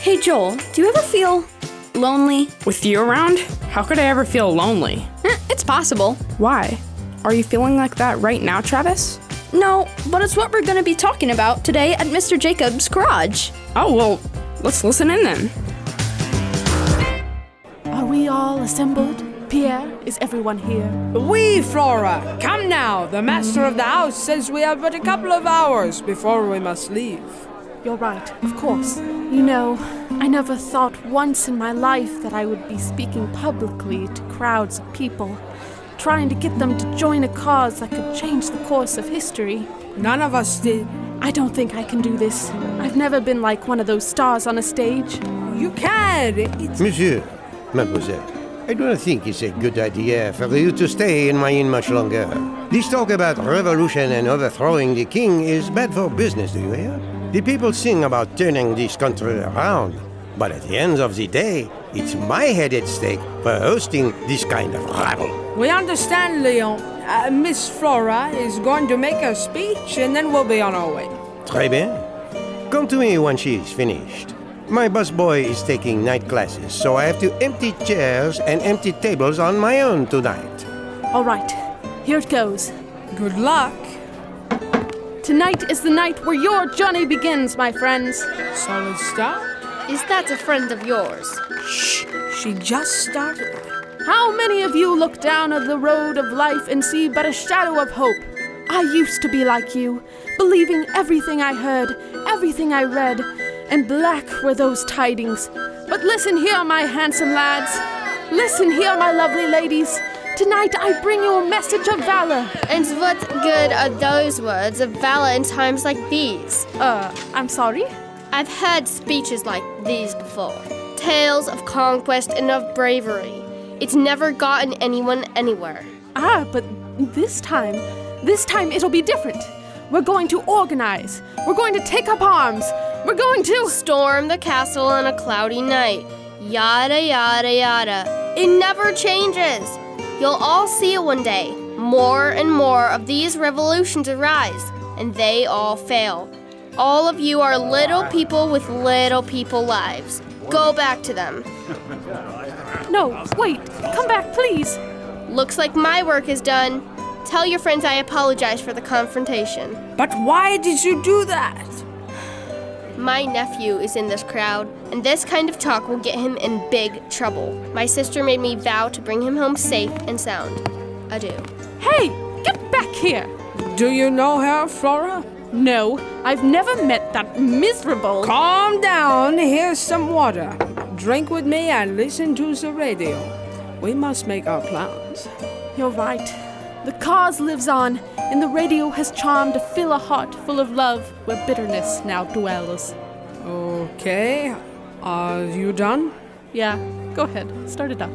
Hey Joel, do you ever feel lonely? With you around? How could I ever feel lonely? Eh, it's possible. Why? Are you feeling like that right now, Travis? No, but it's what we're going to be talking about today at Mr. Jacob's garage. Oh, well, let's listen in then. Are we all assembled? Pierre, is everyone here? We, Flora! Come now! The master of the house says we have but a couple of hours before we must leave. You're right, of course. You know, I never thought once in my life that I would be speaking publicly to crowds of people, trying to get them to join a cause that could change the course of history. None of us did. I don't think I can do this. I've never been like one of those stars on a stage. You can! It's Monsieur, mademoiselle, I do not think it's a good idea for you to stay in Maine much longer. This talk about revolution and overthrowing the king is bad for business, do you hear? The people sing about turning this country around, but at the end of the day, it's my head at stake for hosting this kind of rabble. We understand, Leon. Uh, Miss Flora is going to make her speech and then we'll be on our way. Très bien. Come to me when she is finished. My busboy is taking night classes, so I have to empty chairs and empty tables on my own tonight. All right, here it goes. Good luck. Tonight is the night where your journey begins, my friends. Solid start. Is that a friend of yours? She just started. How many of you look down at the road of life and see but a shadow of hope? I used to be like you, believing everything I heard, everything I read, and black were those tidings. But listen here, my handsome lads. Listen here, my lovely ladies. Tonight I bring you a message of valor. And what good are those words of valor in times like these? Uh, I'm sorry? I've heard speeches like these before tales of conquest and of bravery. It's never gotten anyone anywhere. Ah, but this time, this time it'll be different. We're going to organize. We're going to take up arms. We're going to. Storm the castle on a cloudy night. Yada, yada, yada. It never changes. You'll all see it one day. More and more of these revolutions arise, and they all fail. All of you are little people with little people lives. Go back to them. No, wait. Come back, please. Looks like my work is done. Tell your friends I apologize for the confrontation. But why did you do that? My nephew is in this crowd, and this kind of talk will get him in big trouble. My sister made me vow to bring him home safe and sound. Adieu. Hey, get back here. Do you know her, Flora? No, I've never met that miserable. Calm down. Here's some water. Drink with me and listen to the radio. We must make our plans. You're right. The cause lives on, and the radio has charm to fill a heart full of love where bitterness now dwells. Okay. Are you done? Yeah, go ahead. Start it up.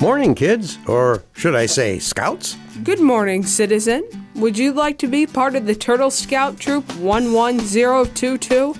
Morning, kids, or should I say scouts? Good morning, citizen. Would you like to be part of the Turtle Scout Troop 11022?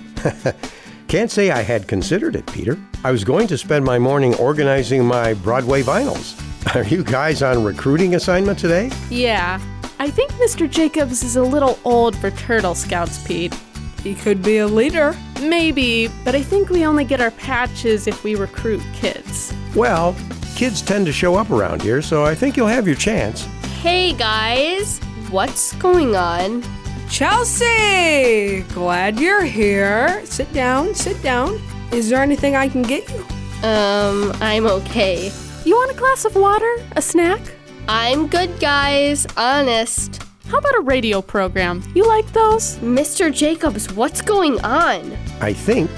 Can't say I had considered it, Peter. I was going to spend my morning organizing my Broadway vinyls. Are you guys on recruiting assignment today? Yeah. I think Mr. Jacobs is a little old for Turtle Scouts, Pete. He could be a leader. Maybe, but I think we only get our patches if we recruit kids. Well, kids tend to show up around here, so I think you'll have your chance. Hey guys, what's going on? Chelsea! Glad you're here. Sit down, sit down. Is there anything I can get you? Um, I'm okay. You want a glass of water? A snack? I'm good, guys. Honest. How about a radio program? You like those? Mr. Jacobs, what's going on? I think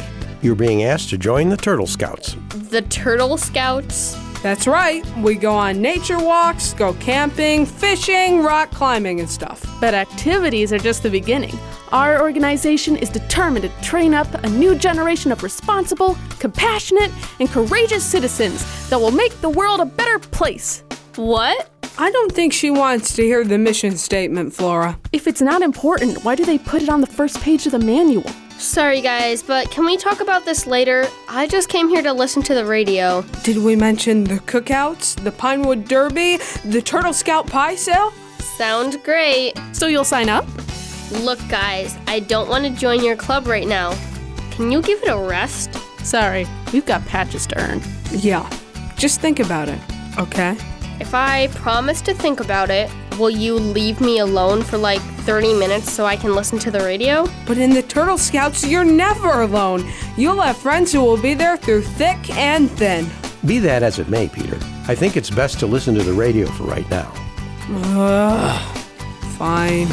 you're being asked to join the Turtle Scouts. The Turtle Scouts? That's right. We go on nature walks, go camping, fishing, rock climbing, and stuff. But activities are just the beginning. Our organization is determined to train up a new generation of responsible, compassionate, and courageous citizens that will make the world a better place. What? I don't think she wants to hear the mission statement, Flora. If it's not important, why do they put it on the first page of the manual? Sorry, guys, but can we talk about this later? I just came here to listen to the radio. Did we mention the cookouts, the Pinewood Derby, the Turtle Scout pie sale? Sounds great. So you'll sign up? Look, guys, I don't want to join your club right now. Can you give it a rest? Sorry, we've got patches to earn. Yeah, just think about it, okay? If I promise to think about it, will you leave me alone for like 30 minutes so I can listen to the radio? But in the Turtle Scouts, you're never alone. You'll have friends who will be there through thick and thin. Be that as it may, Peter, I think it's best to listen to the radio for right now. Fine.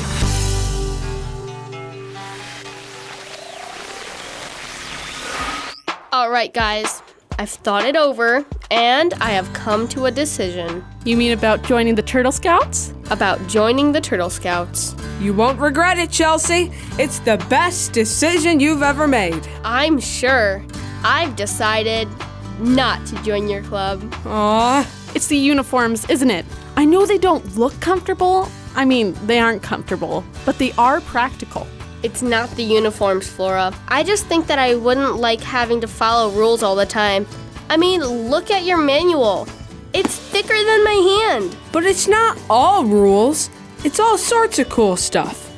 All right, guys, I've thought it over and I have come to a decision You mean about joining the Turtle Scouts? about joining the Turtle Scouts. You won't regret it, Chelsea. It's the best decision you've ever made. I'm sure I've decided not to join your club. Aw, It's the uniforms, isn't it? I know they don't look comfortable. I mean, they aren't comfortable, but they are practical. It's not the uniforms, Flora. I just think that I wouldn't like having to follow rules all the time. I mean, look at your manual. It's thicker than my hand. but it's not all rules, it's all sorts of cool stuff.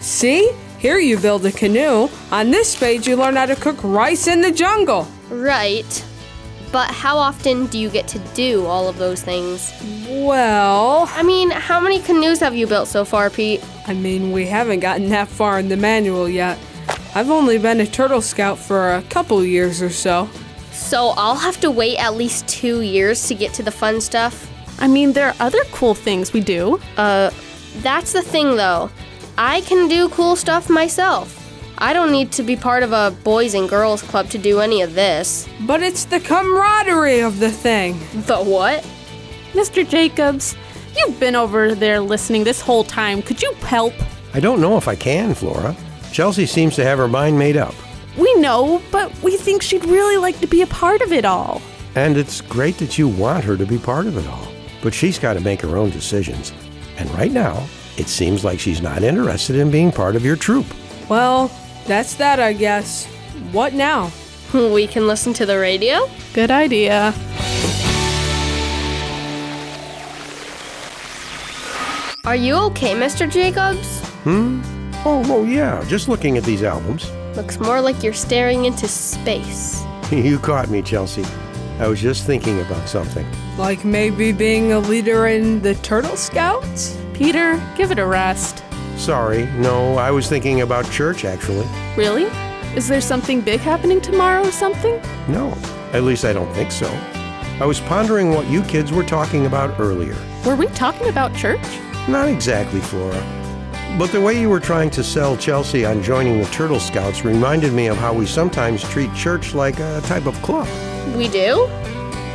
See? Here you build a canoe. On this page, you learn how to cook rice in the jungle. Right. But how often do you get to do all of those things? Well, I mean, how many canoes have you built so far, Pete? I mean, we haven't gotten that far in the manual yet. I've only been a Turtle Scout for a couple years or so. So I'll have to wait at least two years to get to the fun stuff. I mean, there are other cool things we do. Uh, that's the thing though. I can do cool stuff myself. I don't need to be part of a boys and girls club to do any of this. But it's the camaraderie of the thing. The what? Mr. Jacobs, you've been over there listening this whole time. Could you help? I don't know if I can, Flora. Chelsea seems to have her mind made up. We know, but we think she'd really like to be a part of it all. And it's great that you want her to be part of it all. But she's got to make her own decisions. And right now, it seems like she's not interested in being part of your troop. Well, that's that, I guess. What now? We can listen to the radio? Good idea. Are you okay, Mr. Jacobs? Oh, well, yeah, just looking at these albums. Looks more like you're staring into space. You caught me, Chelsea. I was just thinking about something. Like maybe being a leader in the Turtle Scouts? Peter, give it a rest. Sorry, no, I was thinking about church, actually. Really? Is there something big happening tomorrow or something? No, at least I don't think so. I was pondering what you kids were talking about earlier. Were we talking about church? Not exactly, Flora. But the way you were trying to sell Chelsea on joining the Turtle Scouts reminded me of how we sometimes treat church like a type of club. We do?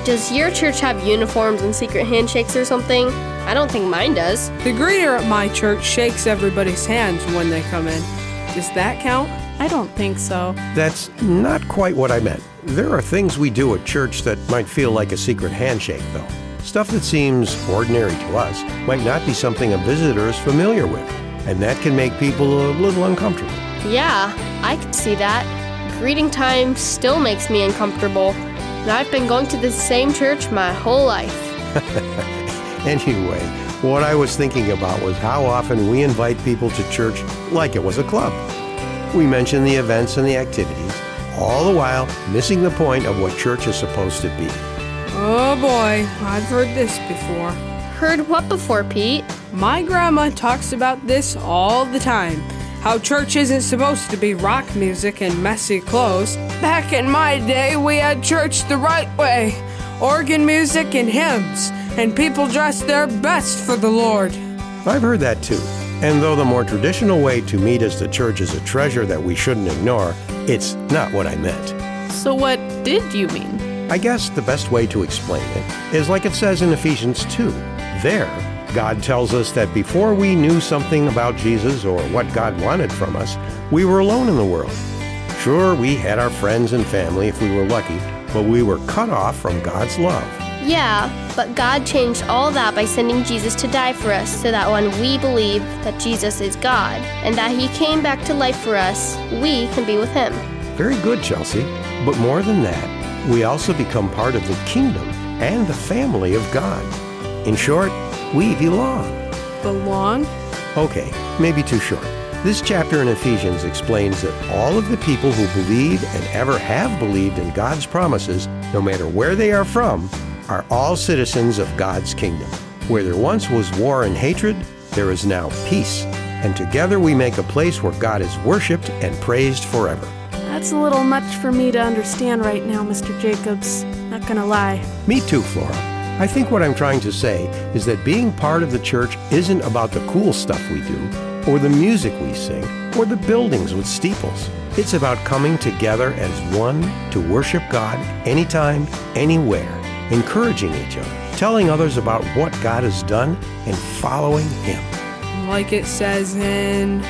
Does your church have uniforms and secret handshakes or something? I don't think mine does. The greeter at my church shakes everybody's hands when they come in. Does that count? I don't think so. That's not quite what I meant. There are things we do at church that might feel like a secret handshake, though. Stuff that seems ordinary to us might not be something a visitor is familiar with, and that can make people a little uncomfortable. Yeah, I could see that. Greeting time still makes me uncomfortable. And I've been going to the same church my whole life. Anyway, what I was thinking about was how often we invite people to church like it was a club. We mention the events and the activities, all the while missing the point of what church is supposed to be. Oh boy, I've heard this before. Heard what before, Pete? My grandma talks about this all the time. How church isn't supposed to be rock music and messy clothes. Back in my day, we had church the right way organ music and hymns, and people dressed their best for the Lord. I've heard that too. And though the more traditional way to meet as the church is a treasure that we shouldn't ignore, it's not what I meant. So, what did you mean? I guess the best way to explain it is like it says in Ephesians 2. There, God tells us that before we knew something about Jesus or what God wanted from us, we were alone in the world. Sure, we had our friends and family if we were lucky, but we were cut off from God's love. Yeah, but God changed all that by sending Jesus to die for us so that when we believe that Jesus is God and that he came back to life for us, we can be with him. Very good, Chelsea. But more than that, we also become part of the kingdom and the family of God. In short, we belong. Belong? Okay, maybe too short. This chapter in Ephesians explains that all of the people who believe and ever have believed in God's promises, no matter where they are from, are all citizens of God's kingdom. Where there once was war and hatred, there is now peace. And together we make a place where God is worshiped and praised forever. That's a little much for me to understand right now, Mr. Jacobs. Not gonna lie. Me too, Flora. I think what I'm trying to say is that being part of the church isn't about the cool stuff we do, or the music we sing, or the buildings with steeples. It's about coming together as one to worship God anytime, anywhere, encouraging each other, telling others about what God has done, and following Him. Like it says in.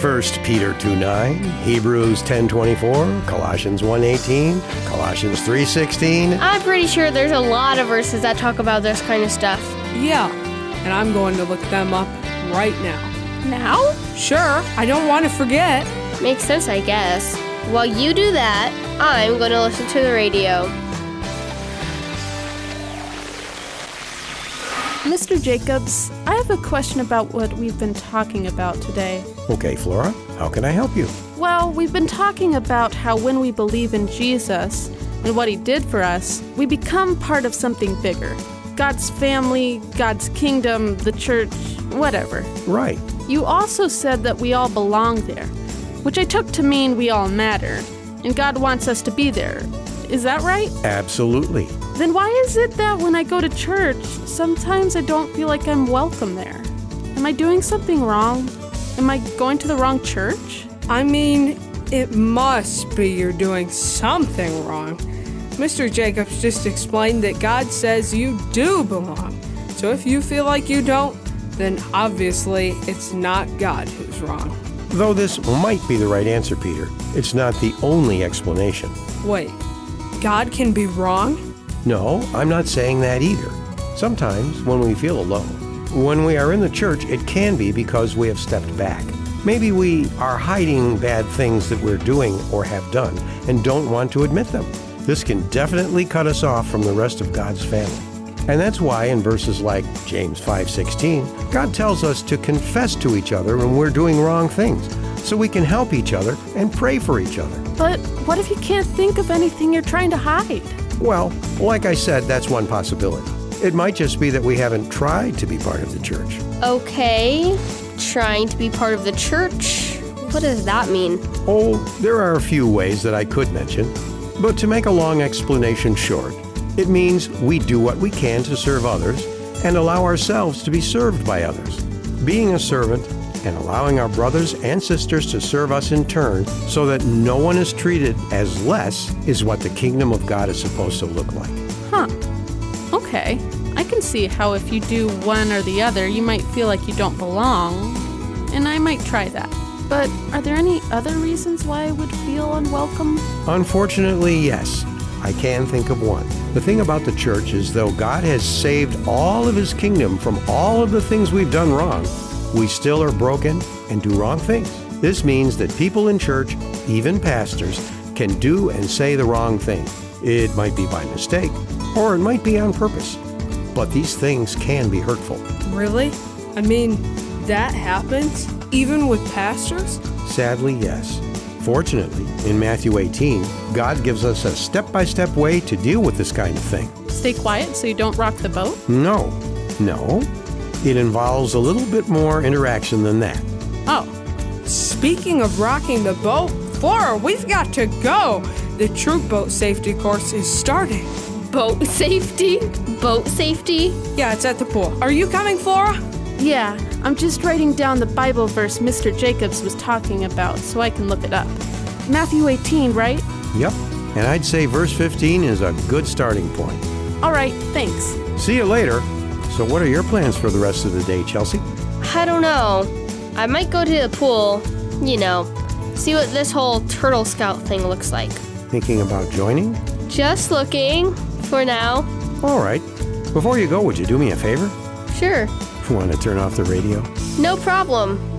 1 Peter 2.9, Hebrews 10.24, Colossians 1.18, Colossians 3.16, I'm pretty sure there's a lot of verses that talk about this kind of stuff. Yeah. And I'm going to look them up right now. Now? Sure, I don't want to forget. Makes sense, I guess. While you do that, I'm going to listen to the radio. Mr. Jacobs, I have a question about what we've been talking about today. Okay, Flora, how can I help you? Well, we've been talking about how when we believe in Jesus and what he did for us, we become part of something bigger God's family, God's kingdom, the church, whatever. Right. You also said that we all belong there, which I took to mean we all matter, and God wants us to be there. Is that right? Absolutely. Then why is it that when I go to church, sometimes I don't feel like I'm welcome there? Am I doing something wrong? Am I going to the wrong church? I mean, it must be you're doing something wrong. Mr. Jacobs just explained that God says you do belong. So if you feel like you don't, then obviously it's not God who's wrong. Though this might be the right answer, Peter, it's not the only explanation. Wait, God can be wrong? No, I'm not saying that either. Sometimes, when we feel alone, when we are in the church, it can be because we have stepped back. Maybe we are hiding bad things that we're doing or have done and don't want to admit them. This can definitely cut us off from the rest of God's family. And that's why in verses like James 5:16, God tells us to confess to each other when we're doing wrong things so we can help each other and pray for each other. But what if you can't think of anything you're trying to hide? Well, like I said, that's one possibility. It might just be that we haven't tried to be part of the church. Okay, trying to be part of the church. What does that mean? Oh, there are a few ways that I could mention, but to make a long explanation short, it means we do what we can to serve others and allow ourselves to be served by others. Being a servant and allowing our brothers and sisters to serve us in turn so that no one is treated as less is what the kingdom of God is supposed to look like. Huh. Okay. I can see how if you do one or the other, you might feel like you don't belong, and I might try that. But are there any other reasons why I would feel unwelcome? Unfortunately, yes. I can think of one. The thing about the church is, though God has saved all of his kingdom from all of the things we've done wrong, we still are broken and do wrong things. This means that people in church, even pastors, can do and say the wrong thing. It might be by mistake, or it might be on purpose. But these things can be hurtful. Really? I mean, that happens? Even with pastors? Sadly, yes. Fortunately, in Matthew 18, God gives us a step by step way to deal with this kind of thing. Stay quiet so you don't rock the boat? No, no. It involves a little bit more interaction than that. Oh, Speaking of rocking the boat, Flora, we've got to go. The true boat safety course is starting. Boat safety? Boat safety? Yeah, it's at the pool. Are you coming, Flora? Yeah, I'm just writing down the Bible verse Mr. Jacobs was talking about so I can look it up. Matthew 18, right? Yep. And I'd say verse 15 is a good starting point. All right, thanks. See you later. So, what are your plans for the rest of the day, Chelsea? I don't know. I might go to the pool, you know, see what this whole Turtle Scout thing looks like. Thinking about joining? Just looking for now. All right. Before you go, would you do me a favor? Sure, Want to turn off the radio? no problem.